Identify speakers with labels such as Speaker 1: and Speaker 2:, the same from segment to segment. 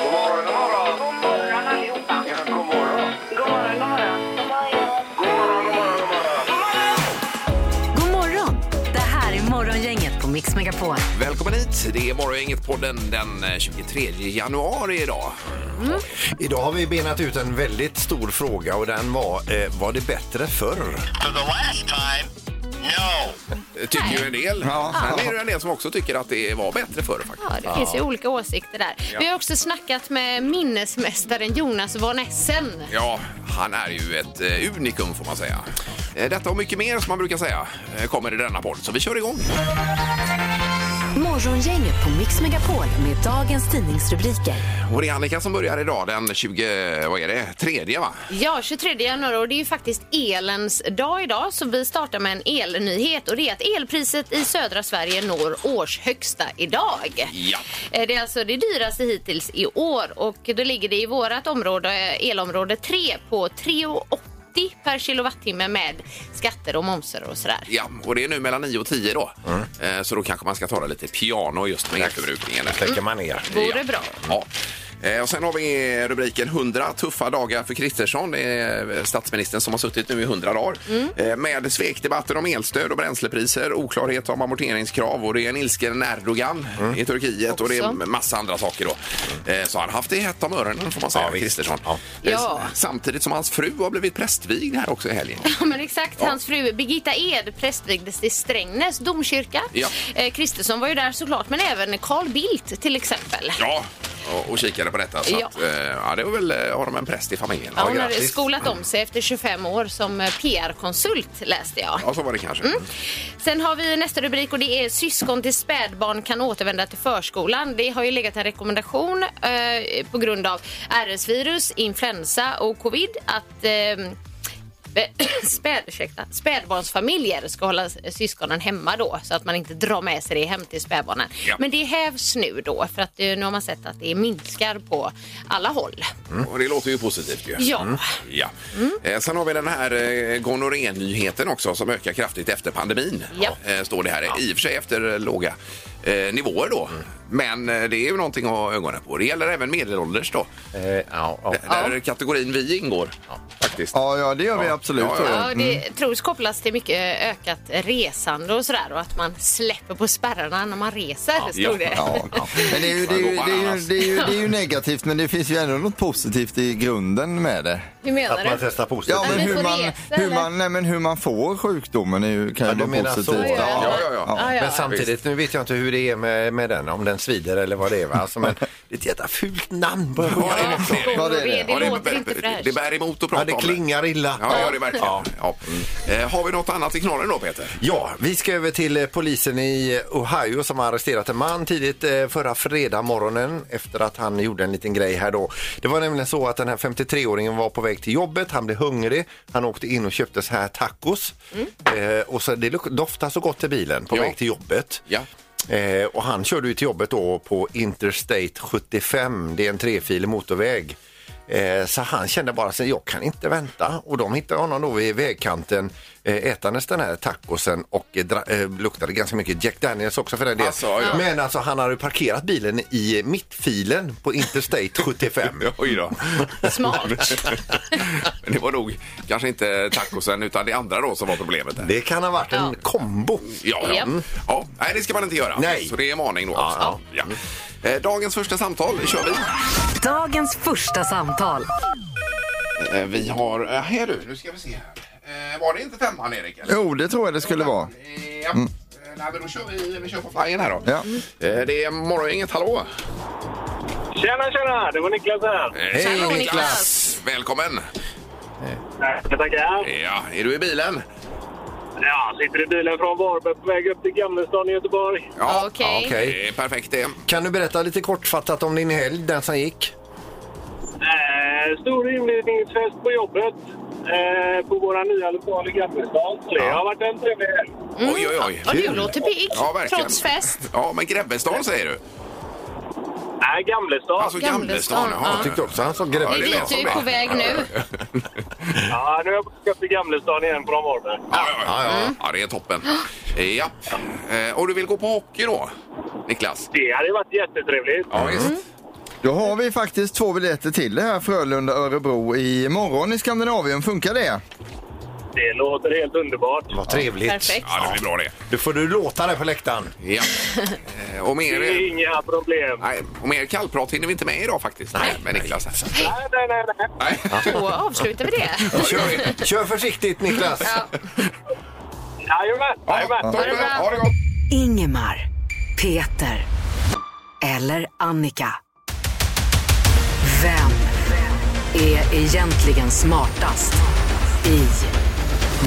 Speaker 1: God morgon, god morgon. God morgon allihopa. Ja, god morgon. God morgon, god morgon. God morgon, god morgon, god morgon.
Speaker 2: God morgon! Det här är Morgongänget på Mix Megapol.
Speaker 3: Välkommen hit! Det är Morgongänget-podden den eh, 23 januari idag.
Speaker 4: Mm. Idag har vi benat ut en väldigt stor fråga och den var, eh, var det bättre
Speaker 1: To
Speaker 4: förr?
Speaker 1: the last time, no.
Speaker 3: Eh, Tycker ju en del. Ja. Sen är det ju en del som också tycker att det var bättre förr faktiskt.
Speaker 5: Ja, det finns ju olika åsikter där. Vi har också snackat med minnesmästaren Jonas von Essen.
Speaker 3: Ja, han är ju ett eh, unikum får man säga. Eh, Detta och mycket mer som man brukar säga eh, kommer i denna podd, så vi kör igång.
Speaker 2: Morgongänget på Mix Megapol med dagens tidningsrubriker.
Speaker 3: Och det är Annika som börjar idag den 20, vad är det, tredje va?
Speaker 5: Ja, 23 januari och det är ju faktiskt elens dag idag så vi startar med en elnyhet och det är att elpriset i södra Sverige når årshögsta idag.
Speaker 3: Ja.
Speaker 5: Eh, Det är alltså det dyraste hittills i år och då ligger det i vårt område, eh, elområde 3 på 3,80 per kilowattimme med skatter och momser och sådär.
Speaker 3: Ja, och det är nu mellan 9 och 10 då.
Speaker 4: Mm.
Speaker 3: Eh, Så då kanske man ska ta det lite piano just med elförbrukningen. där.
Speaker 4: Släcker man ner.
Speaker 5: Vore
Speaker 3: Ja.
Speaker 5: bra.
Speaker 3: Ja. Eh, Och sen har vi rubriken 100 tuffa dagar för Kristersson. Det är statsministern som har suttit nu i 100 dagar.
Speaker 5: Mm.
Speaker 3: Eh, Med svekdebatter om elstöd och bränslepriser, oklarhet om amorteringskrav och det är en ilsken Erdogan
Speaker 4: Mm.
Speaker 3: i Turkiet och det
Speaker 5: Också.
Speaker 3: är massa andra saker då. Eh, Så han har haft det hett om öronen får man säga,
Speaker 4: Ja, visst.
Speaker 3: Kristersson.
Speaker 4: Ja.
Speaker 3: Eh,
Speaker 5: Ja.
Speaker 3: Samtidigt som hans fru har blivit prästvigd här också i helgen.
Speaker 5: Ja, men exakt. Hans fru Birgitta Ed prästvigdes i Strängnäs domkyrka.
Speaker 3: Ja.
Speaker 5: Eh, Kristersson var ju där såklart, men även Carl Bildt till exempel.
Speaker 3: Ja, och, och kikade på detta. Så
Speaker 5: Ja.
Speaker 3: att, eh, ja, det var väl, eh, har de en präst i familjen.
Speaker 5: Ja, hon hade
Speaker 4: grattis.
Speaker 5: skolat om sig efter 25 år som eh, PR-konsult läste jag.
Speaker 3: Ja, så var det kanske.
Speaker 5: Mm. Sen har vi nästa rubrik och det är syskon till spädbarn kan återvända till förskolan. Det har ju legat en rekommendation eh, på grund av RS-virus, influensa och covid att eh, Späd, ursäkta, spädbarnsfamiljer ska hålla syskonen hemma då så att man inte drar med sig det hem till spädbarnen.
Speaker 3: Ja.
Speaker 5: Men det hävs nu då för att eh, nu har man sett att det minskar på alla håll.
Speaker 3: Mm. Och det låter ju positivt ju. Mm.
Speaker 5: Ja. Mm.
Speaker 3: Ja. Eh, sen har vi den här eh, gonorré-nyheten också som ökar kraftigt efter pandemin.
Speaker 5: Ja.
Speaker 3: Eh, står det här. I och för sig efter eh, låga eh, nivåer då.
Speaker 4: Mm.
Speaker 3: Men eh, det är ju någonting att ha ögonen på. Det gäller även medelålders då.
Speaker 4: Eh, ja, ja.
Speaker 3: Där kategorin vi ingår faktiskt.
Speaker 6: Ja, ja, det gör vi absolut.
Speaker 3: Ja, ja.
Speaker 5: Ja, det tros kopplas till mycket ökat resande och sådär och att man släpper på spärrarna när man reser, stod det.
Speaker 6: Ja. alltså. Men det är, ju, det, är ju, det, är ju, det, är ju, det är ju negativt, men det finns ju ändå något positivt i grunden med det.
Speaker 5: Hur menar
Speaker 4: Att man
Speaker 5: du?
Speaker 4: testar positivt.
Speaker 6: Ja, men
Speaker 5: men
Speaker 6: hur
Speaker 5: på
Speaker 6: man,
Speaker 5: resa,
Speaker 6: hur
Speaker 5: eller?
Speaker 6: man, nej, men hur man får sjukdomen är ju, kan
Speaker 4: Ja,
Speaker 6: ju
Speaker 4: du
Speaker 6: vara
Speaker 4: menar så.
Speaker 6: positivt.
Speaker 4: Ja,
Speaker 3: ja, ja.
Speaker 5: Ja, ja.
Speaker 4: Men samtidigt, nu vet jag inte hur det är med, med den, om den svider eller vad det är. Va? Alltså, men det är ett jävla fult namn på
Speaker 3: Ja, det är
Speaker 4: sjukdomen.
Speaker 3: också.
Speaker 6: Ja, det är det.
Speaker 5: gonorré, det
Speaker 3: Ja,
Speaker 5: låter inte fräscht.
Speaker 3: det bär emot att prata
Speaker 4: Ja, det
Speaker 3: om
Speaker 4: klingar illa.
Speaker 3: Ja, ja, det är verkligen. Ja. Eh, har vi något annat i knorren då, Peter?
Speaker 4: Ja, vi ska över till eh, polisen i Ohio som har arresterat en man tidigt eh, förra fredag morgonen efter att han gjorde en liten grej här då. Det var nämligen så att den här 53-åringen var på väg till jobbet, han blev hungrig, han åkte in och köpte så här tacos eh, och så det luk- doftar så gott i bilen på
Speaker 3: Ja.
Speaker 4: väg till jobbet.
Speaker 3: Ja.
Speaker 4: Eh, och han körde ju till jobbet då på Interstate 75, det är en trefilig motorväg. Eh, så han kände bara sig, jag kan inte vänta. Och de hittade honom då vid vägkanten eh, ätandes den här tacosen och eh, dra- eh, luktade ganska mycket Jack Daniels också för den delen.
Speaker 3: Alltså, ja.
Speaker 4: Men alltså han hade ju parkerat bilen i mittfilen på Interstate 75.
Speaker 3: Oj då.
Speaker 5: Smart.
Speaker 3: Men det var nog kanske inte tacosen utan det andra då som var problemet. Där.
Speaker 4: Det kan ha varit en
Speaker 5: Ja.
Speaker 4: kombo.
Speaker 3: Ja, ja.
Speaker 5: Japp.
Speaker 3: Mm. ja, nej det ska man inte göra.
Speaker 4: Nej.
Speaker 3: Så det är en varning då.
Speaker 4: Ja,
Speaker 3: också.
Speaker 4: ja.
Speaker 3: Ja. Eh, Dagens första samtal kör vi.
Speaker 2: Dagens första samtal.
Speaker 3: Eh, Vi har, eh, här du, nu ska vi se. här. Eh, Var det inte femman Erik? eller?
Speaker 6: Jo, det tror jag det skulle vara.
Speaker 3: Eh, Ja. Eh, Nej, men då kör vi, vi kör på flyern här då.
Speaker 6: Ja.
Speaker 3: Eh, Det är morgongänget, hallå!
Speaker 7: Tjena, tjena! Det var Niklas här.
Speaker 5: Hallå, Niklas.
Speaker 3: Välkommen!
Speaker 7: Tackar, tackar.
Speaker 3: Ja, är du i bilen?
Speaker 7: Ja, sitter i bilen från Varberg på väg upp till Gamlestan i Göteborg.
Speaker 3: Ja,
Speaker 5: Okej.
Speaker 4: Ja, okej.
Speaker 3: det är perfekt det.
Speaker 4: Kan du berätta lite kortfattat om din helg, den som gick?
Speaker 7: Eh, stor inledningsfest på jobbet. eh, på våra nya lokal i Gamlestaden. Så det har varit en trevlig helg.
Speaker 3: Oj, oj, oj.
Speaker 5: Mm. Ja, du låter pigg.
Speaker 3: Ja, verkligen.
Speaker 5: Trots fest.
Speaker 3: Ja, men Grebbestad säger du?
Speaker 7: Nej, Gamlestaden.
Speaker 3: Alltså
Speaker 5: Gamlestaden,
Speaker 3: Gamlestaden,
Speaker 5: ja.
Speaker 3: jaha.
Speaker 4: Jag tyckte också han sa
Speaker 3: Ja,
Speaker 5: Det är
Speaker 4: grädde.
Speaker 3: lät
Speaker 5: dit
Speaker 3: som
Speaker 5: du är
Speaker 3: det.
Speaker 5: på väg nu.
Speaker 7: Ja, nu är jag på väg upp till Gamlestaden igen från Varberg.
Speaker 3: Ja, ja, ja. ja. ja det är toppen. Ja. Eh, Och du vill gå på hockey då, Niklas? Mm.
Speaker 7: Det hade ju varit jättetrevligt.
Speaker 3: Ja, visst.
Speaker 6: Då har vi faktiskt två biljetter till det här Frölunda-Örebro imorgon i Skandinavien. Funkar det?
Speaker 7: Det låter helt underbart.
Speaker 4: Vad trevligt.
Speaker 5: Perfekt.
Speaker 3: Ja, det blir bra det.
Speaker 4: Då får du låta där på läktaren.
Speaker 3: Ja. Eh, Och
Speaker 7: Det
Speaker 3: mer,
Speaker 7: är inga problem.
Speaker 3: nej, och mer kallprat hinner vi inte med idag faktiskt. Nej. Med Niklas. här.
Speaker 7: Nej, nej, nej. nej.
Speaker 3: Nej.
Speaker 5: Då avslutar vi det.
Speaker 3: Ja, det gör vi.
Speaker 4: Kör försiktigt Niklas.
Speaker 7: Jajamän, jajamän.
Speaker 3: Ja, toppen. Ha det gott.
Speaker 2: Ingemar, Peter eller Annika. Vem är egentligen smartast i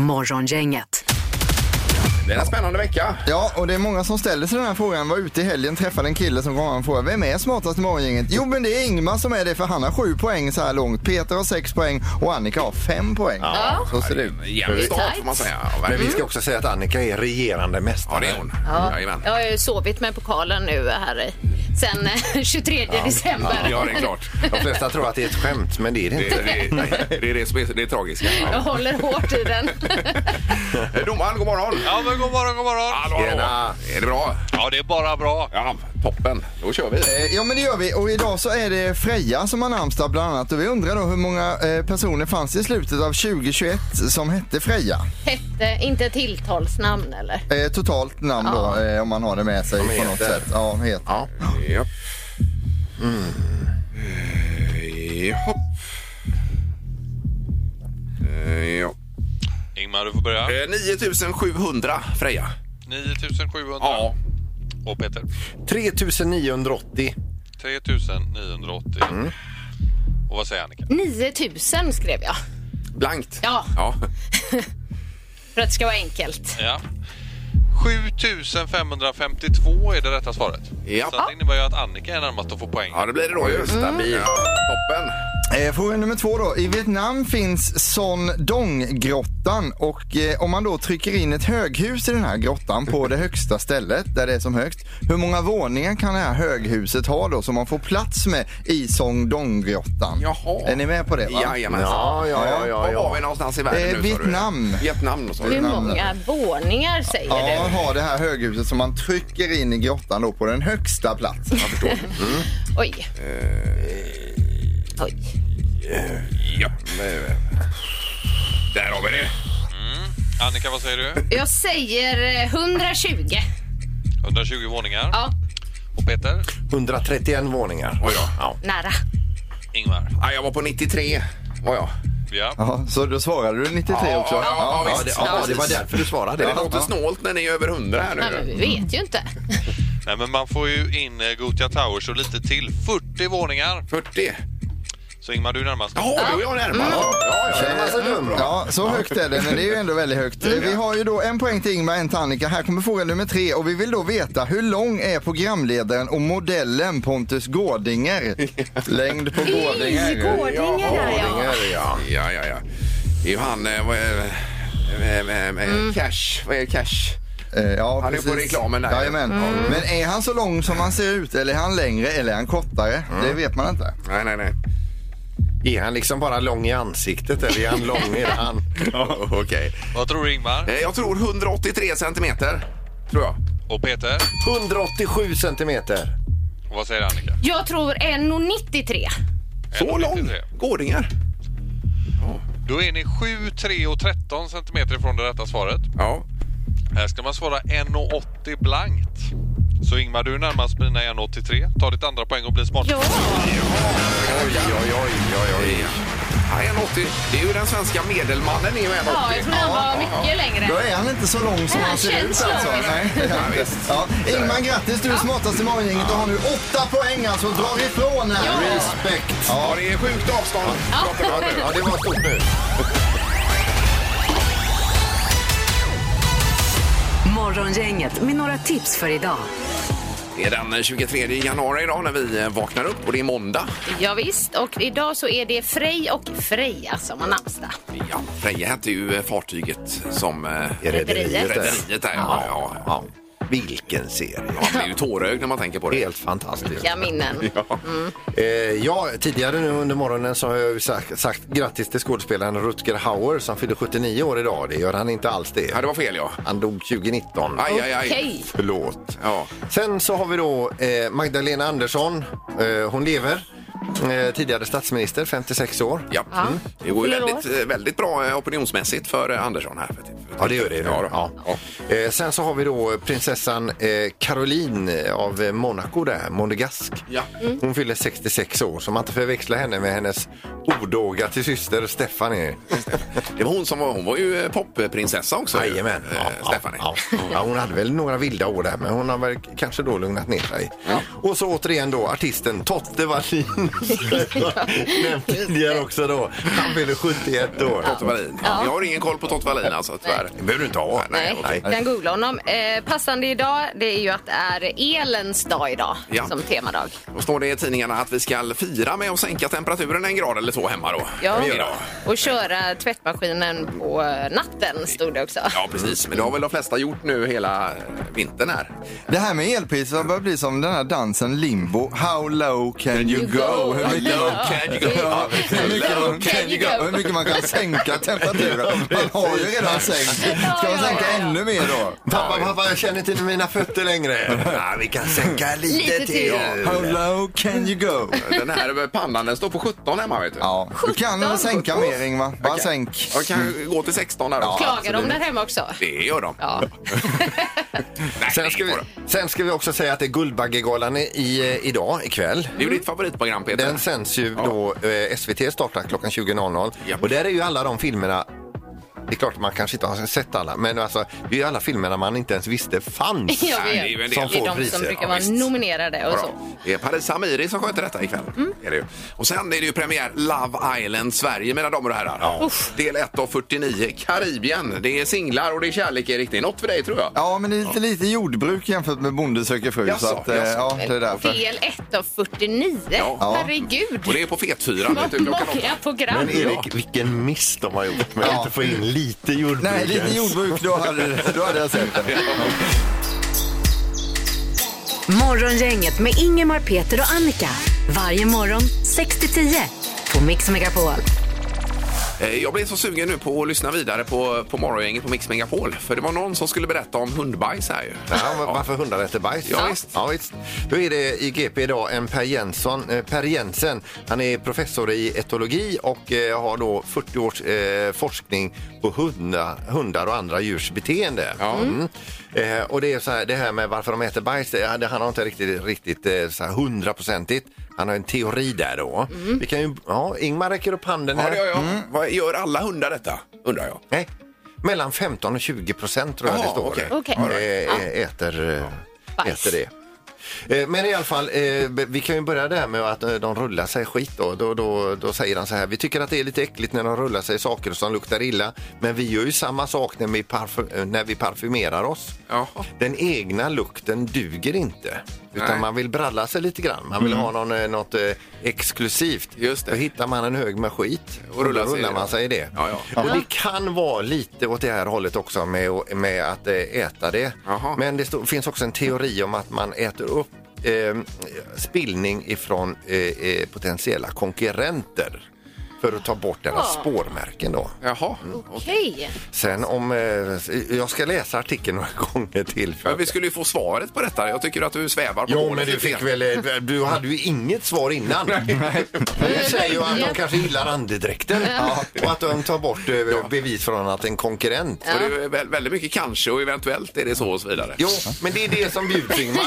Speaker 2: Morgongänget?
Speaker 3: Det är en spännande vecka.
Speaker 6: Ja, och det är många som ställer sig den här frågan. Var ute i helgen, träffade en kille som gav en fråga. Vem är smartast i morgongänget? Jo, men det är Ingmar som är det för han har sju poäng så här långt. Peter har sex poäng och Annika har fem poäng.
Speaker 5: Ja.
Speaker 6: Så ser det ut.
Speaker 3: En jämn start får man säga. Ja,
Speaker 4: Men vi
Speaker 3: verkligen.
Speaker 4: ska också säga att Annika är regerande
Speaker 3: Ja,
Speaker 4: mästare.
Speaker 3: det är hon.
Speaker 5: Ja.
Speaker 3: Jajamän.
Speaker 5: Jag har ju sovit med pokalen nu här i- sen eh, 23 december.
Speaker 3: Ja, det är klart.
Speaker 4: De flesta tror att det är ett skämt, men det är det
Speaker 3: Det,
Speaker 4: inte.
Speaker 3: det, nej, det är det som är det är tragiska.
Speaker 5: Jag
Speaker 3: Ja.
Speaker 5: håller hårt i den.
Speaker 3: Eh, Domaren, god morgon!
Speaker 8: Ja, men god morgon, god morgon.
Speaker 3: Hallå, hallå.
Speaker 4: Tjena.
Speaker 3: Är det bra?
Speaker 8: Ja, det är bara bra.
Speaker 3: Ja, toppen. Då kör vi.
Speaker 6: Eh, Ja men det gör vi och idag så är det Freja som har namnsdag bland annat och vi undrar då hur många eh, personer fanns i slutet av 2021 som hette Freja?
Speaker 5: Hette inte tilltalsnamn eller?
Speaker 6: Eh, totalt namn då eh, om man har det med sig på
Speaker 4: heter.
Speaker 6: något sätt. Ja, heter.
Speaker 3: Ja. Japp.
Speaker 4: Mm.
Speaker 3: Eh, Japp. Eh, Ja.
Speaker 8: Ingmar, du får börja.
Speaker 3: Eh, 9700 Freja.
Speaker 8: 9700.
Speaker 3: Ja.
Speaker 8: Och Peter.
Speaker 4: 3980.
Speaker 8: 3980. Och vad säger Annika?
Speaker 5: 9000 skrev jag
Speaker 3: Blankt.
Speaker 5: Ja.
Speaker 3: ja.
Speaker 5: för att det ska vara enkelt.
Speaker 8: Ja. 7552 är det rätta svaret.
Speaker 3: Japp.
Speaker 8: Så det innebär ju att Annika är närmast att få poäng.
Speaker 3: Ja, det blir det då ju. Stabil. Toppen.
Speaker 6: Eh, Fråga nummer två då. I Vietnam finns Son Dong-grottan och eh, om man då trycker in ett höghus i den här grottan på det högsta stället där det är som högst. Hur många våningar kan det här höghuset ha då som man får plats med i Son Dong-grottan?
Speaker 3: Jaha.
Speaker 6: Är ni med på det? Va?
Speaker 3: Jajamensan.
Speaker 4: Ja, ja, ja, ja,
Speaker 3: Var var
Speaker 4: ja.
Speaker 3: vi någonstans i världen
Speaker 6: Eh,
Speaker 3: nu? sa du?
Speaker 6: Vietnam.
Speaker 3: Vietnam, sa
Speaker 5: Hur
Speaker 3: du.
Speaker 5: många våningar säger
Speaker 6: Ja,
Speaker 5: du?
Speaker 6: ha det här höghuset som man trycker in i grottan då på den högsta platsen.
Speaker 5: Oj. Oj.
Speaker 3: Ja. Där har vi det.
Speaker 8: Annika, vad säger du?
Speaker 5: Jag säger eh, 120.
Speaker 8: 120 våningar.
Speaker 5: Ja,
Speaker 8: Och Peter?
Speaker 4: 131 våningar.
Speaker 3: Oj då.
Speaker 4: Ja.
Speaker 5: nära.
Speaker 8: Ingmar?
Speaker 3: Ja, jag var på 93 var jag.
Speaker 8: Ja.
Speaker 6: Ja, så då svarade du 93 också?
Speaker 3: ja, ja,
Speaker 4: Ja, det, ja, det var därför du svarade.
Speaker 3: Det låter snålt när ni är över 100 här
Speaker 5: Nej, men
Speaker 3: nu.
Speaker 5: vi vet ju inte.
Speaker 8: Nej, men man får ju in eh, Gothia Towers och lite till. 40 våningar.
Speaker 3: 40.
Speaker 8: Så Ingmar, du är närmast.
Speaker 3: Jaha, då är jag
Speaker 4: Mm.
Speaker 3: närmare. Ja, ja, ja.
Speaker 4: Känner man sig dum? då?
Speaker 6: Ja, så högt är det, men det är ju ändå väldigt högt. Vi har ju då en poäng till Ingmar, en till Annika. Här kommer fråga nummer tre och vi vill då veta hur lång är programledaren och modellen Pontus Gårdinger? Längd på
Speaker 5: I
Speaker 6: Gårdinger.
Speaker 5: Gårdinge där ja.
Speaker 3: Gårdingar, ja. Ja, ja, ja. Det är ju han... Eh, vad är- eh, eh, eh,
Speaker 5: Mm.
Speaker 3: Cash. Vad är Cash?
Speaker 6: Eh, Ja,
Speaker 3: Han är på reklamen där.
Speaker 6: Jajamän. Men är han så lång som han ser ut eller är han längre eller är han kortare? Det vet man inte.
Speaker 3: Nej, nej, nej.
Speaker 4: Är han liksom bara lång i ansiktet eller är han lång i han?
Speaker 3: Okej.
Speaker 8: Vad tror du Ingmar?
Speaker 3: Eh, Jag tror 183 centimeter. Tror jag.
Speaker 8: Och Peter?
Speaker 4: 187 centimeter.
Speaker 8: Och vad säger Annika?
Speaker 5: Jag tror 1,93.
Speaker 3: Så
Speaker 8: 1,93.
Speaker 3: lång? Gårdingar?
Speaker 8: Då är ni 7, 3 och 13 centimeter ifrån det rätta svaret.
Speaker 3: Ja.
Speaker 8: Här ska man svara 1,80 blankt. Så Ingmar, du är närmast mina 1,83. Ta ditt andra poäng och bli smart.
Speaker 5: Ja,
Speaker 3: Oj, oj, oj, oj, oj. Ja, 1,80. Det är ju den svenska medelmannen är ju 1,80.
Speaker 5: ja jag tror han var mycket
Speaker 6: Då
Speaker 5: längre.
Speaker 6: är han inte så lång som
Speaker 5: Nej,
Speaker 6: han ser
Speaker 5: känns
Speaker 6: ut alltså.
Speaker 5: lång.
Speaker 6: Nej, det är han inte. Ja, Ingmar, grattis! Du är smartast i morgongänget och har nu åtta poäng alltså. Drar ifrån här. Respekt!
Speaker 3: Ja, det är sjukt avstånd.
Speaker 4: Ja, det- ja, det var stort nu.
Speaker 2: Morgongänget med några tips för idag.
Speaker 3: Det är den 23 januari idag när vi eh, vaknar upp och det är måndag.
Speaker 5: Ja, visst. och idag så är det Frej och Freja som har namnsdag.
Speaker 3: Ja, Freja hette ju eh, fartyget som... eh,
Speaker 5: Rederiet.
Speaker 3: Rederiet där, ja. ja, ja.
Speaker 4: Vilken serie!
Speaker 3: Man blir ju tårögd när man tänker på det.
Speaker 4: Helt fantastiskt.
Speaker 5: Vilka minnen.
Speaker 3: Ja.
Speaker 4: Eh, ja, tidigare nu under morgonen så har jag ju sagt, sagt grattis till skådespelaren Rutger Hauer som fyller 79 år idag. Det gör han inte alls det.
Speaker 3: ja, det var fel ja.
Speaker 4: Han dog 2019.
Speaker 3: Aj, aj, aj.
Speaker 5: Okej.
Speaker 4: Förlåt.
Speaker 3: Ja.
Speaker 4: Sen så har vi då eh, Magdalena Andersson. Eh, hon lever. Eh, tidigare statsminister, 56 år.
Speaker 3: Ja.
Speaker 5: Ja.
Speaker 3: Mm. Det går ju
Speaker 5: Fyller
Speaker 3: väldigt, eh, väldigt bra eh, opinionsmässigt för eh, Andersson här.
Speaker 4: Ja, det gör det.
Speaker 3: Ja,
Speaker 4: Ja,
Speaker 3: då. Ja.
Speaker 4: Eh, sen så har vi då prinsessan eh, Caroline av eh, Monaco där, Monegask.
Speaker 3: Ja.
Speaker 4: Hon fyller 66 år, så man inte förväxlar henne med hennes odåga till syster Stephanie.
Speaker 3: Det var hon som var, hon var ju eh, popprinsessa också. ju,
Speaker 4: Jajamän.
Speaker 3: eh, Stephanie.
Speaker 4: Ja, ja. ja, hon hade väl några vilda år där, men hon har väl kanske då lugnat ner sig. Och så återigen då artisten Totte Wallin. Nämnt tidigare också då. Han fyller 71 år.
Speaker 3: Totte Wallin. Jag har ingen koll på Totte Wallin alltså, tyvärr.
Speaker 4: Det behöver du inte ha.
Speaker 5: Nej, jag kan googla honom. Eh, passande idag, det är ju att det är elens dag idag
Speaker 3: Ja.
Speaker 5: som temadag.
Speaker 3: Då står det i tidningarna att vi ska fira med att sänka temperaturen en grad eller så hemma då. Idag.
Speaker 5: Och köra tvättmaskinen på natten stod det också.
Speaker 3: Ja, precis. Men det har väl de flesta gjort nu hela eh, vintern här.
Speaker 6: Det här med elpriser börjar bli som den här dansen Limbo. How low can you go? Hur mycket man,
Speaker 3: can you go?
Speaker 6: Ja, hur mycket man,
Speaker 5: Can you go?
Speaker 6: hur mycket man kan sänka temperaturen. Man har ju redan sänkt. Ska man sänka ännu mer då?
Speaker 4: Pappa, pappa, jag känner inte mina fötter längre. Ja, vi kan sänka lite,
Speaker 5: Lite till.
Speaker 6: How low can you go?
Speaker 3: Den här pannan den står på 17 hemma vet du.
Speaker 6: Ja, du kan väl sänka mer Ingvar? Bara sänk.
Speaker 3: Jag kan gå till 16 där också.
Speaker 5: Klagar de där hemma också?
Speaker 3: Det gör de.
Speaker 5: Ja.
Speaker 3: Nej,
Speaker 4: Sen ska, vi, sen ska vi också säga att det är Guldbaggegalan i, i, eh, idag, ikväll.
Speaker 3: Det är ju ditt favoritprogram Peter.
Speaker 4: Den sänds ju då, eh, SVT startar klockan 20.00
Speaker 3: Japp.
Speaker 4: och där är ju alla de filmerna det är klart att man kanske inte har sett alla, men alltså, det är ju alla filmerna man inte ens visste fanns.
Speaker 5: Jag
Speaker 3: Nej,
Speaker 5: vet.
Speaker 3: det är väl en
Speaker 5: det
Speaker 3: del.
Speaker 5: är de
Speaker 4: priser,
Speaker 5: som
Speaker 4: ja,
Speaker 5: brukar vara
Speaker 3: visst.
Speaker 5: nominerade och
Speaker 3: Ja,
Speaker 5: så. Mm.
Speaker 3: då. Det är Paris Amiri som sköter detta ikväll. Är det ju. Och sen är det ju premiär Love Island Sverige mina damer och herrar. Del 1 av 49, Karibien. Det är singlar och det är kärlek är riktigt. Något för dig tror jag.
Speaker 6: Ja, men det är lite, lite jordbruk jämfört med Bonde söker fru.
Speaker 3: Jaså,
Speaker 6: så att, eh,
Speaker 3: jaså.
Speaker 6: ja, det är därför.
Speaker 5: Del 1 av 49.
Speaker 3: Ja.
Speaker 5: Herregud.
Speaker 3: Och det är på Fetfyran. vet
Speaker 5: Vad
Speaker 3: du, klockan åtta.
Speaker 5: många program.
Speaker 4: Men Erik, vilken miss de har gjort med att
Speaker 6: Ja.
Speaker 4: inte få in lite jordbruk.
Speaker 6: Nej, lite
Speaker 4: ens.
Speaker 6: jordbruk, då hade, då hade jag sett det.
Speaker 2: Morgongänget med Ingemar, Peter och Annika. Varje morgon 6 till 10 på Mix Megapol.
Speaker 3: Eh, Jag blev så sugen nu på att lyssna vidare på, på morgongänget på Mix Megapol. För det var någon som skulle berätta om hundbajs här ju.
Speaker 4: Ja, men varför hundar äter bajs?
Speaker 3: Ja, visst.
Speaker 4: ja, visst. Då är det i GP idag en Per, Jensson, eh, per Jensen. Han är professor i etologi och eh, har då 40 års eh, forskning på hundar, hundar och andra djurs beteende.
Speaker 3: Ja.
Speaker 4: Mm. Eh, och det, är så här, det här med varför de äter bajs, det, han- han har inte riktigt, riktigt eh, så här hundraprocentigt. Han har en teori där då. Vi kan ju, ja, Ingmar räcker upp handen
Speaker 3: Mm. Ja,
Speaker 4: här.
Speaker 3: det gör jag.
Speaker 4: Mm.
Speaker 3: Vad gör alla hundar detta? Undrar jag.
Speaker 4: Nej, mellan 15 och 20 procent tror jag
Speaker 3: Jaha,
Speaker 4: det står.
Speaker 3: okej.
Speaker 5: Okej.
Speaker 4: Eh, eh, Äter, eh,
Speaker 5: Bajs.
Speaker 4: äter det. Eh, Men i alla fall, eh, b- vi kan ju börja där med att eh, de rullar sig skit. Då. Då, då, då säger han så här, vi tycker att det är lite äckligt när de rullar sig i saker som luktar illa, men vi gör ju samma sak när vi, parfy- eh, när vi parfymerar oss.
Speaker 3: Jaha.
Speaker 4: Den egna lukten duger inte, utan
Speaker 3: Nej. Mm.
Speaker 4: man vill bralla sig lite grann. Man vill ha någon, eh, något eh, exklusivt.
Speaker 3: Just det.
Speaker 4: Då hittar man en hög med skit
Speaker 3: Och
Speaker 4: och
Speaker 3: rullar
Speaker 4: då
Speaker 3: sig i
Speaker 4: rullar
Speaker 3: det.
Speaker 4: man sig i det.
Speaker 3: Ja, ja.
Speaker 4: Och det kan vara lite åt det här hållet också med, med att eh, äta det.
Speaker 3: Jaha.
Speaker 4: Men det stå- finns också en teori om att man äter upp eh, spillning ifrån eh, eh, potentiella konkurrenter för att ta bort deras
Speaker 5: Ja.
Speaker 4: spårmärken. Då.
Speaker 3: Jaha.
Speaker 5: Mm.
Speaker 3: Okej.
Speaker 5: Okej.
Speaker 4: Sen om... Eh, jag ska läsa artikeln några gånger till. För
Speaker 3: Men vi skulle ju få svaret på detta. Jag tycker att du svävar på
Speaker 4: Jo,
Speaker 3: målet
Speaker 4: men du
Speaker 3: lite
Speaker 4: fick
Speaker 3: grann.
Speaker 4: väl... eh, Du hade ju inget svar innan. Du säger ju att de kanske gillar andedräkten och att de tar bort eh, bevis från att en konkurrent.
Speaker 3: Och det är vä- väldigt mycket kanske och eventuellt är det så och så vidare.
Speaker 4: Jo, men det är det som bjuds Ingmar.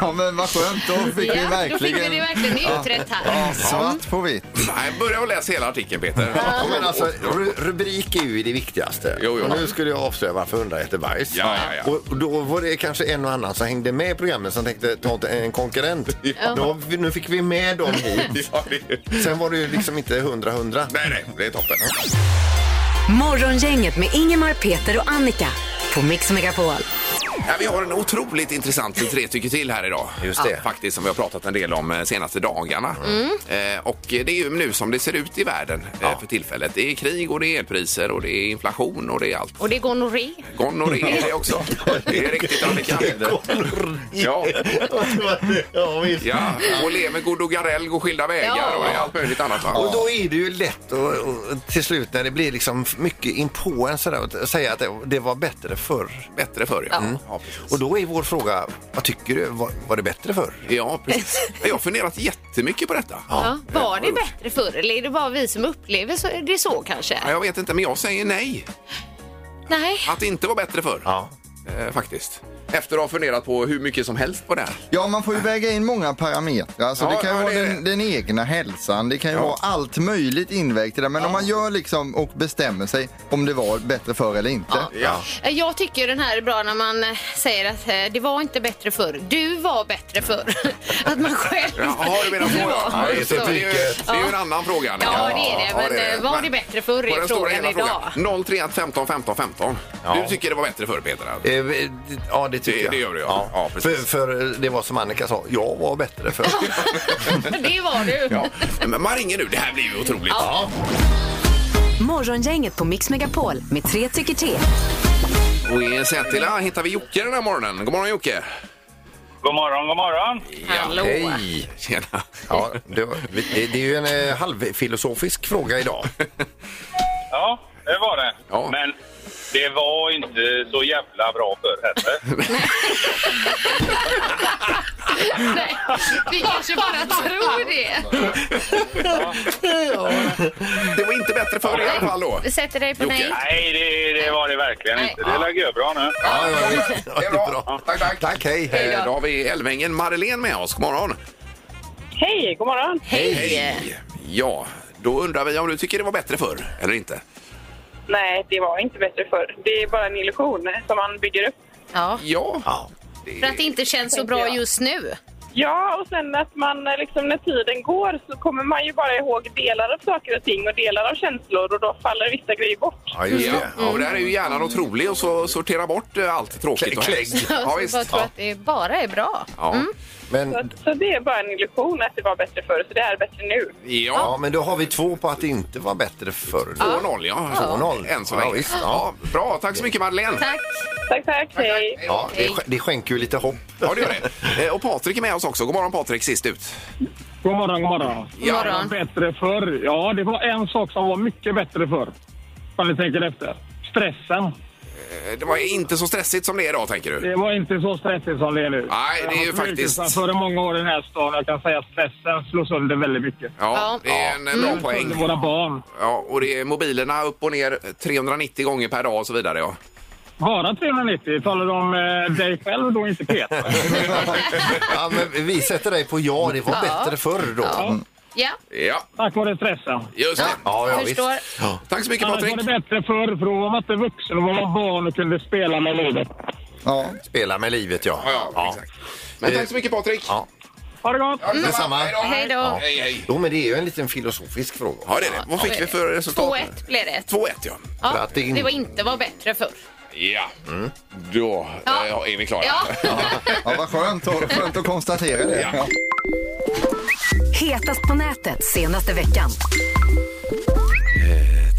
Speaker 6: Ja, men vad skönt. Då fick vi
Speaker 5: Ja, då fick vi det
Speaker 6: verkligen
Speaker 5: verkligen utrett här.
Speaker 6: ja, svart på vitt.
Speaker 3: Nej, börja och läsa hela artikeln Peter.
Speaker 4: Ja, men alltså, ru- rubrik är ju det viktigaste.
Speaker 3: Jo, jo.
Speaker 4: Och nu skulle jag avslöja varför hundar äter bajs.
Speaker 3: Ja, ja, ja.
Speaker 4: Och då var det kanske en och annan som hängde med i programmet som tänkte ta en konkurrent. Då, nu fick vi med dem hit.
Speaker 3: Ja, det är...
Speaker 4: Sen var det ju liksom inte hundra hundra.
Speaker 3: Nej, nej, det är toppen.
Speaker 2: Morgongänget med Ingemar, Peter och Annika på Mix Megapol.
Speaker 3: Ja, vi har en otroligt intressant tre tycker till här idag. Just
Speaker 4: det.
Speaker 3: Faktiskt, som vi har pratat en del om eh, senaste dagarna.
Speaker 5: Mm.
Speaker 3: Eh, och det är ju nu som det ser ut i världen eh, för tillfället. Det är krig och det är elpriser och det är inflation och det är allt.
Speaker 5: Och det går nog re.
Speaker 3: Gonorré är det också. Det är riktigt Annika. Ja. ja, och Leme går Dogarell går skilda vägar
Speaker 5: Ja.
Speaker 3: och det är allt möjligt annat. Va?
Speaker 4: Och då är det ju lätt och, och, till slut när det blir liksom mycket inpå en sådär att säga att det, det var bättre förr.
Speaker 3: Bättre förr, ja.
Speaker 4: Mm.
Speaker 3: Ja, precis.
Speaker 4: Och då är vår fråga, vad tycker du? Var, var det bättre förr?
Speaker 3: Ja, precis. Jag har funderat jättemycket på detta.
Speaker 5: Ja. Var det bättre förr eller är det bara vi som upplever så, det så kanske?
Speaker 3: Ja, Jag vet inte, men jag säger nej.
Speaker 5: Nej.
Speaker 3: Att det inte var bättre förr. Eh, faktiskt. Efter att ha funderat på hur mycket som helst på det här.
Speaker 6: Ja, man får ju väga in många parametrar. Alltså,
Speaker 3: Ja,
Speaker 6: det kan ju
Speaker 3: ja,
Speaker 6: vara
Speaker 3: det är
Speaker 6: den, den egna hälsan, det kan ju
Speaker 3: Ja.
Speaker 6: vara allt möjligt invägt i det. Men om man gör liksom och bestämmer sig om det var bättre förr eller inte.
Speaker 3: Ja.
Speaker 5: Jag tycker den här är bra när man eh, säger att eh, det var inte bättre förr. Du var bättre förr. att man själv...
Speaker 3: Jaha, du menar så. Ja,
Speaker 5: Ja,
Speaker 3: just det. det, är ju, det är ju en annan fråga. Annika.
Speaker 5: Ja, det är det. Men eh, var det bättre förr
Speaker 3: På
Speaker 5: är
Speaker 3: den stora
Speaker 5: frågan
Speaker 3: hela
Speaker 5: idag.
Speaker 3: frågan. 031 15 15 15. Du tycker det var bättre förr, Peter?
Speaker 4: Eh, eh, Ja, det tycker
Speaker 3: Det-
Speaker 4: jag.
Speaker 3: det gör du, ja.
Speaker 4: ja.
Speaker 3: Ja,
Speaker 4: för,
Speaker 3: precis.
Speaker 4: för det var som Annika sa, jag var bättre förr.
Speaker 5: Det var du.
Speaker 3: Ja. Men man ringer nu. Det här blir ju otroligt.
Speaker 5: Ja.
Speaker 2: Morgongänget på Mix Megapol med tre tycker till.
Speaker 3: Och i Sätila hittar vi Jocke den här morgonen. God morgon Jocke!
Speaker 7: God morgon, god morgon.
Speaker 5: Hallå.
Speaker 4: Hej!
Speaker 3: Tjena!
Speaker 4: Ja, det, var- vi- det, det är ju en eh, halvfilosofisk fråga idag.
Speaker 7: Ja, det var det.
Speaker 3: Ja.
Speaker 7: Men det var inte så jävla bra förr heller.
Speaker 5: Nej, vi kanske bara tror det.
Speaker 3: Det var inte bättre förr i alla fall då.
Speaker 5: Vi sätter dig på
Speaker 3: Jocke.
Speaker 5: nej.
Speaker 7: Nej, det, det var det verkligen
Speaker 5: Nej.
Speaker 7: inte. Det låg ju bra nu.
Speaker 4: Ja, ja, ja, ja,
Speaker 3: Det är bra. Tack, tack.
Speaker 4: Tack, hej.
Speaker 5: Hej
Speaker 3: Eh, Då har vi Älvängen Madeleine med oss. God morgon!
Speaker 9: Hej, god morgon.
Speaker 5: Hej.
Speaker 3: Ja, då undrar vi om du tycker det var bättre förr eller inte?
Speaker 9: Nej, det var inte bättre förr. Det är bara en illusion som man bygger upp.
Speaker 5: Ja,
Speaker 3: Ja.
Speaker 4: Ja.
Speaker 5: för att det inte känns så bra just nu.
Speaker 9: Ja, och sen att man eh, liksom när tiden går så kommer man ju bara ihåg delar av saker och ting och delar av känslor och då faller vissa grejer bort.
Speaker 4: Ja, just
Speaker 3: Ja,
Speaker 4: det.
Speaker 3: ja, och där är ju hjärnan otrolig och så sortera bort eh, allt tråkigt och
Speaker 4: Klägg.
Speaker 3: hemskt. Ja,
Speaker 5: Ja,
Speaker 3: visst.
Speaker 5: så bara tror att det bara är bra.
Speaker 3: Ja.
Speaker 9: Så,
Speaker 4: Men,
Speaker 9: att- så det är bara en illusion att det var bättre förr, så det är bättre nu.
Speaker 3: Ja,
Speaker 4: ja, men då har vi två på att det inte var bättre förr.
Speaker 3: 2-0 ja.
Speaker 4: 2-0.
Speaker 3: Än så
Speaker 4: Ja,
Speaker 3: länge.
Speaker 4: visst, ja.
Speaker 3: bra, tack så mycket Madeleine.
Speaker 5: Tack.
Speaker 9: Tack, tack. Hej.
Speaker 4: Ja, det, sk- det skänker ju lite hopp.
Speaker 3: Ja, det gör det. Eh, Och Patrik är med oss också. God morgon Patrik, sist ut.
Speaker 7: God morgon, god morgon.
Speaker 5: God morgon.
Speaker 7: Bättre förr. Ja, det var en sak som var mycket bättre förr. Om ni tänker efter. Stressen.
Speaker 3: Eh, Det var inte så stressigt som det är idag, tänker du?
Speaker 7: Det var inte så stressigt som det är nu.
Speaker 3: Nej, det är ju
Speaker 7: Jag har varit
Speaker 3: faktiskt-
Speaker 7: yrkesman Före många år i den här staden, jag kan säga att stressen slår sönder väldigt mycket.
Speaker 3: Ja,
Speaker 5: Ja.
Speaker 3: det är en eh, bra
Speaker 10: Mm.
Speaker 3: poäng.
Speaker 7: Sönder våra barn.
Speaker 3: Ja, och det är mobilerna upp och ner 390 gånger per dag och så vidare. Ja.
Speaker 7: Bara 390. Talar du om eh, dig själv då, inte Peter?
Speaker 4: Ja, men vi sätter dig på ja, det var bättre förr då. Ja,
Speaker 5: Ja,
Speaker 3: ja,
Speaker 7: Tack vare stressen.
Speaker 3: just det.
Speaker 4: ja visst.
Speaker 5: förstår.
Speaker 3: Tack så mycket
Speaker 7: Annars
Speaker 3: Patrik.
Speaker 7: var det bättre förr, för då var man inte vuxen, då var man barn och kunde spela med livet.
Speaker 6: Ja.
Speaker 4: Spela med livet, ja.
Speaker 3: Ja, ja, exakt. Men tack så mycket Patrik.
Speaker 4: Ja.
Speaker 7: Ha det gott!
Speaker 3: Mm.
Speaker 4: Detsamma.
Speaker 5: Hej då.
Speaker 4: Ja.
Speaker 3: Hej, hej.
Speaker 4: Jo, men det är ju en liten filosofisk fråga.
Speaker 3: Ja, det är det. Vad fick vi för resultat?
Speaker 5: 2-1 blev det.
Speaker 3: 2-1, ja.
Speaker 4: För
Speaker 5: Ja,
Speaker 4: att det in-
Speaker 5: det var inte var bättre förr.
Speaker 3: Ja, Mm. då
Speaker 5: Ja.
Speaker 3: eh, är vi klara.
Speaker 5: Ja.
Speaker 6: ja, vad skönt, att- skönt att konstatera det.
Speaker 3: Ja.
Speaker 2: Hetast på nätet senaste veckan.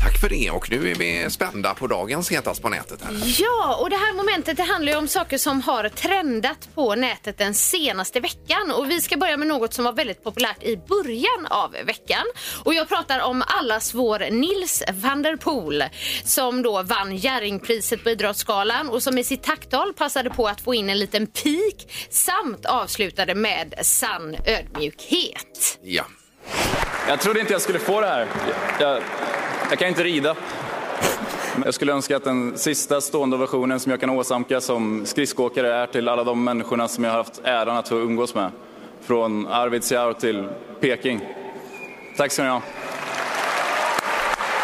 Speaker 3: Tack för det och nu är vi spända på dagens Hetast på nätet. Här.
Speaker 5: Ja, och det här momentet det handlar ju om saker som har trendat på nätet den senaste veckan. Och vi ska börja med något som var väldigt populärt i början av veckan. Och jag pratar om allas vår Nils van der Poel som då vann Jerringpriset på Idrottsgalan och som i sitt tacktal passade på att få in en liten pik samt avslutade med sann ödmjukhet.
Speaker 3: Ja.
Speaker 11: Jag trodde inte jag skulle få det här. Jag, jag kan inte rida. Men Jag skulle önska att den sista stående ovationen som jag kan åsamka som skridskoåkare är till alla de människorna som jag har haft äran att få umgås med. Från Arvidsjaur till Peking. Tack ska ni ha.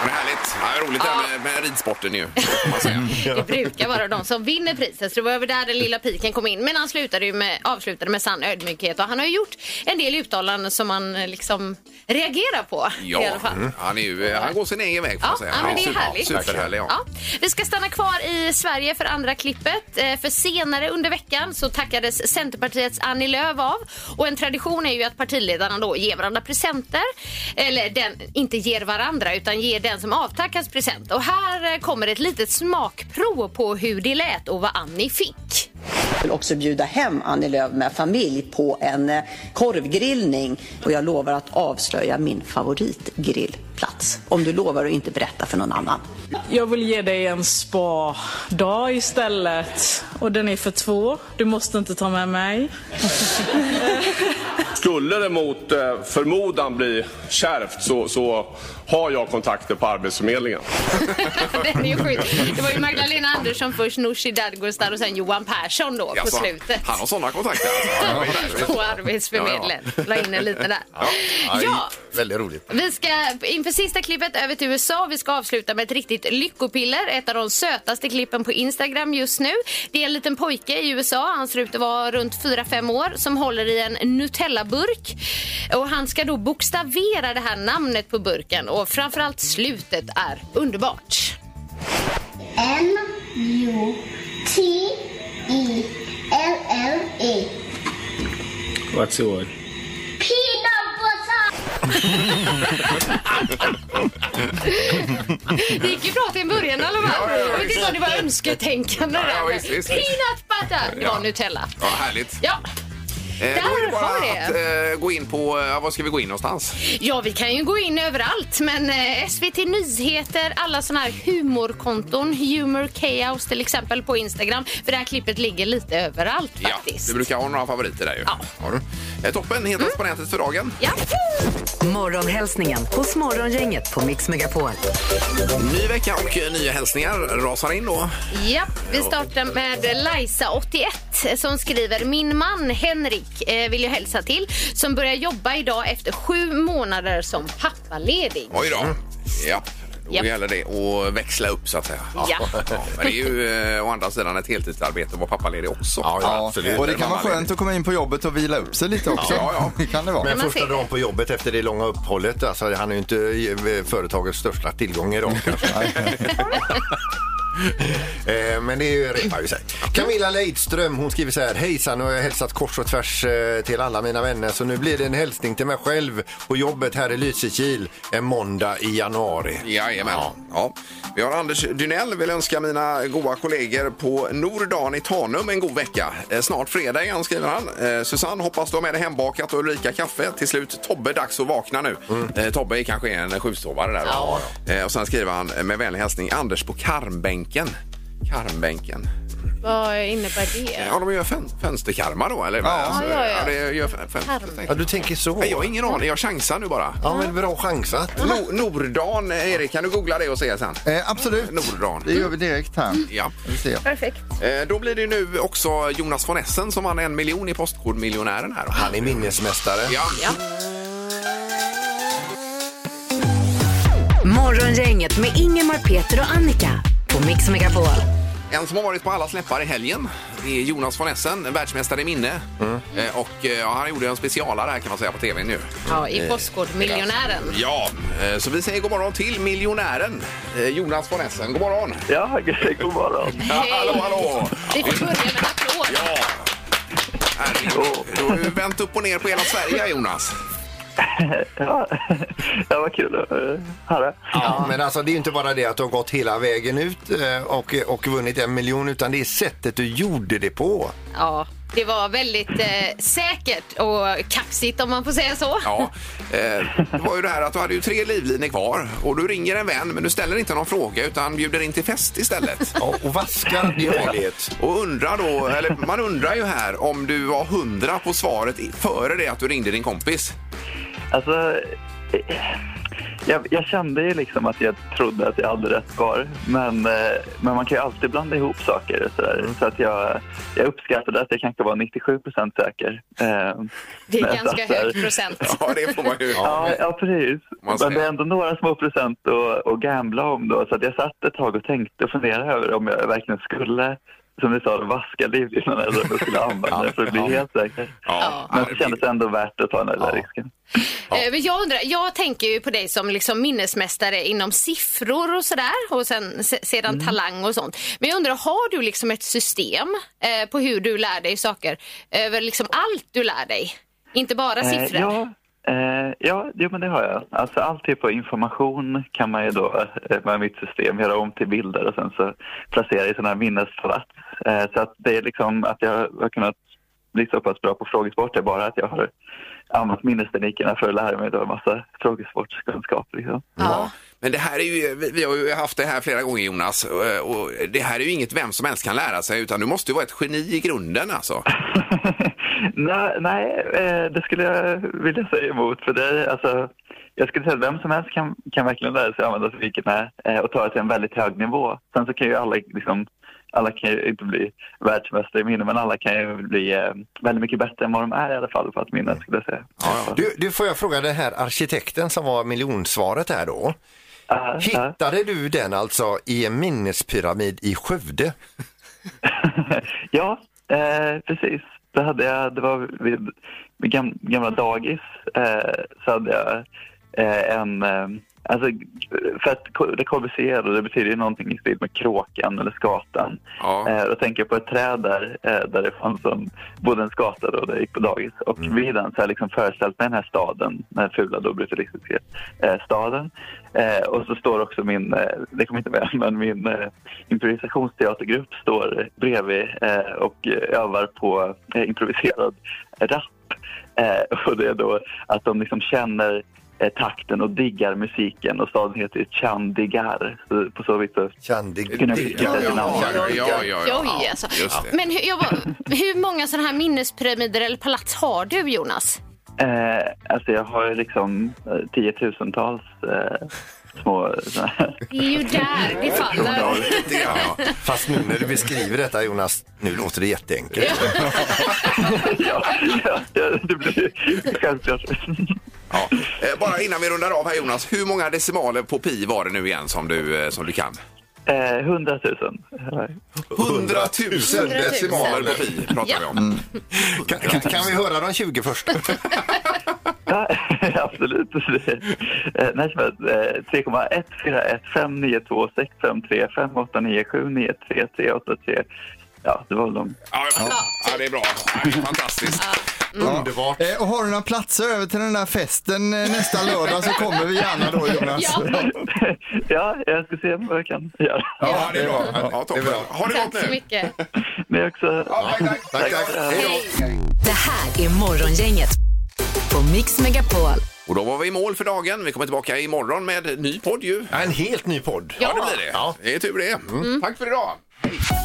Speaker 3: Men härligt. Ja, roligt det här med, med ridsporten ju. får man säga.
Speaker 5: Det brukar vara de som vinner priset, så det var över där den lilla piken kom in. Men han slutade ju med, avslutade med sann ödmjukhet och han har ju gjort en del uttalanden som man eh, liksom reagerar på i alla
Speaker 3: Ja,
Speaker 5: fall.
Speaker 3: han, är ju, han går sin egen väg får man
Speaker 5: Ja,
Speaker 3: säga.
Speaker 5: ja, men det är härligt.
Speaker 3: Superhärlig, ja.
Speaker 5: Ja. Vi ska stanna kvar i Sverige för andra klippet. Eh, För senare under veckan så tackades Centerpartiets Annie Lööf av. Och en tradition är ju att partiledarna då ger varandra presenter. Eller den, inte ger varandra, utan ger den som avtackas present. Och här eh, kommer ett litet smakprov på hur det lät och vad Annie fick.
Speaker 12: Jag vill också bjuda hem Annie Lööf med familj på en eh, korvgrillning. Och jag lovar att avslöja min favoritgrillplats. Om du lovar att inte berätta för någon annan.
Speaker 13: Jag vill ge dig en spa-dag istället. Och den är för två. Du måste inte ta med mig.
Speaker 14: Skulle det mot eh, förmodan bli kärvt så, så har jag kontakter på Arbetsförmedlingen.
Speaker 5: Den är ju sjuk. Det var ju Magdalena Andersson först, Nooshi Dadgostar och sen Johan Persson då på
Speaker 3: Jaså,
Speaker 5: slutet.
Speaker 3: Han har sådana kontakter alltså.
Speaker 5: på Arbetsförmedlingen. La in en liten där.
Speaker 4: Ja,
Speaker 5: Ja.
Speaker 4: Väldigt roligt.
Speaker 5: Vi ska inför sista klippet över till USA. Vi ska avsluta med ett riktigt lyckopiller. Ett av de sötaste klippen på Instagram just nu. Det är en liten pojke i USA. Han ser ut att vara runt 4-5 år som håller i en Nutella-burk. Och han ska då bokstavera det här namnet på burken och framförallt slutet är underbart.
Speaker 1: M-U-T-E-L-L-E.
Speaker 15: What's your word?
Speaker 1: Peanut butter!
Speaker 5: Det gick ju bra till en början i alla fall. Jag vet inte om det var önsketänkande.
Speaker 3: Ja, ja,
Speaker 5: där.
Speaker 3: visst, visst.
Speaker 5: Peanut butter! Det var Nutella.
Speaker 3: Ja, härligt.
Speaker 5: Ja.
Speaker 3: Eh, Då är det
Speaker 5: Där
Speaker 3: bara
Speaker 5: har vi det.
Speaker 3: att eh, gå in på, eh, var ska vi gå in någonstans?
Speaker 5: Ja, vi kan ju gå in överallt, men eh, SVT Nyheter, alla såna här humorkonton, Humor Chaos till exempel på Instagram, för det här klippet ligger lite överallt faktiskt. Mm.
Speaker 3: Du brukar ha några favoriter där ju. Ja. Har du. Eh, toppen, helt exponentet för dagen.
Speaker 5: Ja.
Speaker 2: Morgonhälsningen hos Morgongänget på Mix Megapol.
Speaker 3: Ny vecka och eh, nya hälsningar rasar in då.
Speaker 5: Ja, vi startar med Lajsa, 81, som skriver Min man Henrik eh, vill jag hälsa till som börjar jobba idag efter sju månader som pappaledig.
Speaker 3: Oj då. Ja. Då
Speaker 5: Japp.
Speaker 3: gäller det att växla upp så att säga.
Speaker 5: Ja.
Speaker 3: men det är ju eh, å andra sidan ett heltidsarbete att vara pappaledig också.
Speaker 6: Och det kan vara skönt att komma in på jobbet och vila upp sig lite också.
Speaker 4: Ja,
Speaker 6: Det kan det vara.
Speaker 4: Men första dagen på jobbet efter det långa uppehållet, alltså, han är ju inte eh, företagets största tillgång idag kanske. Eh, Men det är ju- repar ju sig. Camilla Leidström hon skriver så här. Hejsan, nu har jag hälsat kors och tvärs eh, till alla mina vänner så nu blir det en hälsning till mig själv på jobbet här i Lysekil en måndag i januari.
Speaker 3: Jajamän. Ja. Ja. Vi har Anders Dynell vill önska mina goda kollegor på Nordan i Tanum en god vecka. Eh, Snart fredag igen skriver han. Eh, Susanne hoppas du har med dig hembakat och Ulrika kaffe. Till slut Tobbe, dags att vakna nu. Eh, Tobbe är kanske en sjusovare där. Ja, Eh, och sen skriver han eh, med vänlig hälsning Anders på karmbänken. Karmbänken.
Speaker 5: Vad innebär det?
Speaker 3: Eh, Ja, de gör fön fönsterkarmar då eller? Alltså,
Speaker 5: ja, ja.
Speaker 3: det gör fön fönster.
Speaker 4: Ja, du tänker så.
Speaker 3: Nej, Jag har ingen aning, jag chansar nu bara.
Speaker 4: Ja, men bra chansat.
Speaker 3: No Nordan, eh, Erik, kan du googla det och se sen?
Speaker 6: Eh, absolut.
Speaker 3: Nordan.
Speaker 6: Det gör vi direkt här.
Speaker 3: Ja.
Speaker 5: Perfekt.
Speaker 3: Eh, Då blir det ju nu också Jonas von Essen som vann en miljon i Postkodmiljonären här.
Speaker 4: Han är minnesmästare.
Speaker 3: Ja.
Speaker 2: Morgongänget med Ingemar, Peter och Annika på Mix Megapol.
Speaker 3: En som har varit på alla släppar i helgen det är Jonas von Essen, världsmästare i minne.
Speaker 5: Mm.
Speaker 3: Eh, Och eh, ja, han gjorde en specialare här kan man säga på tv nu.
Speaker 5: Ja, i
Speaker 3: Eh,
Speaker 5: Postkodmiljonären.
Speaker 3: Ja, eh, så vi säger god morgon till miljonären eh, Jonas von Essen. God morgon! Ja, god morgon! hallå, hallå!
Speaker 5: Vi får börja med en applåd.
Speaker 3: Herregud, Du har ju vänt upp och ner på hela Sverige Jonas.
Speaker 4: Ja, det var kul att höra. Ja, men alltså det är ju inte bara det att du har gått hela vägen ut eh, och, och vunnit en miljon utan det är sättet du gjorde det på.
Speaker 5: Ja, det var väldigt eh, säkert och kaxigt om man får säga så.
Speaker 3: Ja, eh, det var ju det här att du hade ju tre livlinor kvar och du ringer en vän men du ställer inte någon fråga utan bjuder in till fest istället.
Speaker 4: Ja, och vaskar i möjlighet.
Speaker 3: Och undrar då, eller man undrar ju här om du var hundra på svaret i- före det att du ringde din kompis.
Speaker 15: Alltså, eh,
Speaker 10: Jag, jag kände ju liksom att jag trodde att jag hade rätt svar. Men, eh, men man kan ju alltid blanda ihop saker. och Så, där. så att jag, jag uppskattade att jag kanske var 97 procent säker. Eh,
Speaker 5: Det är
Speaker 10: men så
Speaker 5: ganska
Speaker 10: att där-
Speaker 5: hög procent.
Speaker 3: Ja, det får man ju.
Speaker 10: Ja, ja precis.
Speaker 3: man
Speaker 10: Men det
Speaker 3: säger.
Speaker 10: är ändå några små procent att, att gambla om då. Så att jag satt ett tag och tänkte och funderade över om jag verkligen skulle, som ni sa, vaska livet innan eller om jag skulle använda det för att bli helt säker. Men det kändes ändå värt att ta den där lilla risken.
Speaker 5: Eh, Men jag undrar, jag tänker ju på dig som liksom minnesmästare inom siffror och sådär och sen, se- sedan
Speaker 10: Mm.
Speaker 5: talang och sånt. Men jag undrar, har du liksom ett system eh, på hur du lär dig saker? Över liksom allt du lär dig? Inte bara
Speaker 10: Eh,
Speaker 5: siffror?
Speaker 10: ja, eh, ja jo, men det har jag. Alltså, allt typ av information kan man ju då eh, med mitt system göra om till bilder och sen så placera i sådana här minnesfallat. Eh, så att det är liksom att jag har kunnat bli så pass bra på frågesport är bara att jag har använt minnesteknikerna för att lära mig då en massa frågesportskunskap. Liksom.
Speaker 3: Men det här är ju, vi- vi har ju haft det här flera gånger Jonas eh, och det här är ju inget vem som helst kan lära sig utan du måste ju vara ett geni i grunden alltså.
Speaker 10: Nej, nej eh, det skulle jag vilja säga emot. För det, är, alltså, jag skulle säga att vem som helst kan, kan verkligen lära sig att använda teknikerna eh, och ta det till en väldigt hög nivå. Sen så kan ju alla, liksom, alla kan ju inte bli världsmästare i minne, men alla kan ju bli eh, väldigt mycket bättre än vad de är i alla fall på att minnas, skulle jag säga.
Speaker 4: Du, du får jag fråga den här arkitekten som var miljonsvaret här då. Hittade du den alltså i en minnespyramid i Skövde?
Speaker 10: Ja, eh, precis. Det, hade jag, det var vid vid gam, gamla dagis. Eh, så hade jag eh, en... Eh, alltså, för att ko- det Corbusier, då, det betyder ju någonting i stil med kråkan eller skatan. Eh, då tänker jag på ett träd där, eh, där det fanns en, bodde en skata då, där jag gick på dagis. Och vid den så har jag liksom föreställt mig den här staden, den här fula dobrutilistiska eh, staden. Eh, och så står också min, eh, det kommer inte med, men min eh, improvisationsteatergrupp står bredvid eh, och övar på eh, improviserad rap. Eh, och det är då att de liksom känner eh, takten och diggar musiken och staden heter ju Chandigarh. Så på så vis så kunde jag förstå det namnet.
Speaker 5: Oj, alltså. Men hur, jag var, hur många sådana här minnespyramider eller palats har du Jonas?
Speaker 10: Eh, alltså jag har ju liksom eh, tiotusentals eh, små... såna här-
Speaker 5: Det är ju där det faller.
Speaker 4: Fast nu när du beskriver detta Jonas, nu låter det jätteenkelt.
Speaker 10: Självklart.
Speaker 3: Ja. Eh, Bara innan vi rundar av här Jonas, hur många decimaler på pi var det nu igen som du, eh, som du kan?
Speaker 10: eh, hundratusen.
Speaker 3: Hundratusen decimaler på pi pratar vi om.
Speaker 4: Kan, kan, kan vi höra de 20 första?
Speaker 10: Ja, absolut. Eh, Nej, som helst, eh, 3,141592653589793383. Ja, det var väl de.
Speaker 3: Ja, ja. ja, det är bra. Ja, Fantastiskt. Mm.
Speaker 6: Underbart. Eh, Och har du några platser över till den där festen eh, nästa lördag så kommer vi gärna då Jonas.
Speaker 10: Ja, jag ska se vad jag kan göra.
Speaker 3: Ja,
Speaker 4: Oh,
Speaker 3: det är bra. Ja, toppen. Ha det gott
Speaker 5: Tack så
Speaker 3: nu.
Speaker 5: mycket.
Speaker 10: Ni också.
Speaker 3: Tack, tack. Hej då.
Speaker 2: Det här är Morgongänget på Mix Megapol.
Speaker 3: Och då var vi i mål för dagen. Vi kommer tillbaka imorgon med ny podd ju.
Speaker 4: Ja, en helt ny podd.
Speaker 3: Ja, Mm. det blir det. Det är tur det. Tack för idag.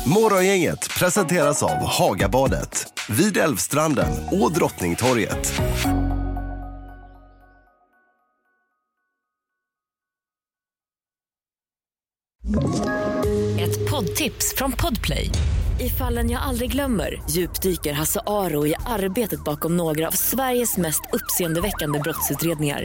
Speaker 16: Morgongänget presenteras av Hagabadet, vid Älvstranden och Drottningtorget.
Speaker 17: Ett poddtips från Podplay. I fallen jag aldrig glömmer djupdyker Hasse Aro i arbetet bakom några av Sveriges mest uppseendeväckande brottsutredningar.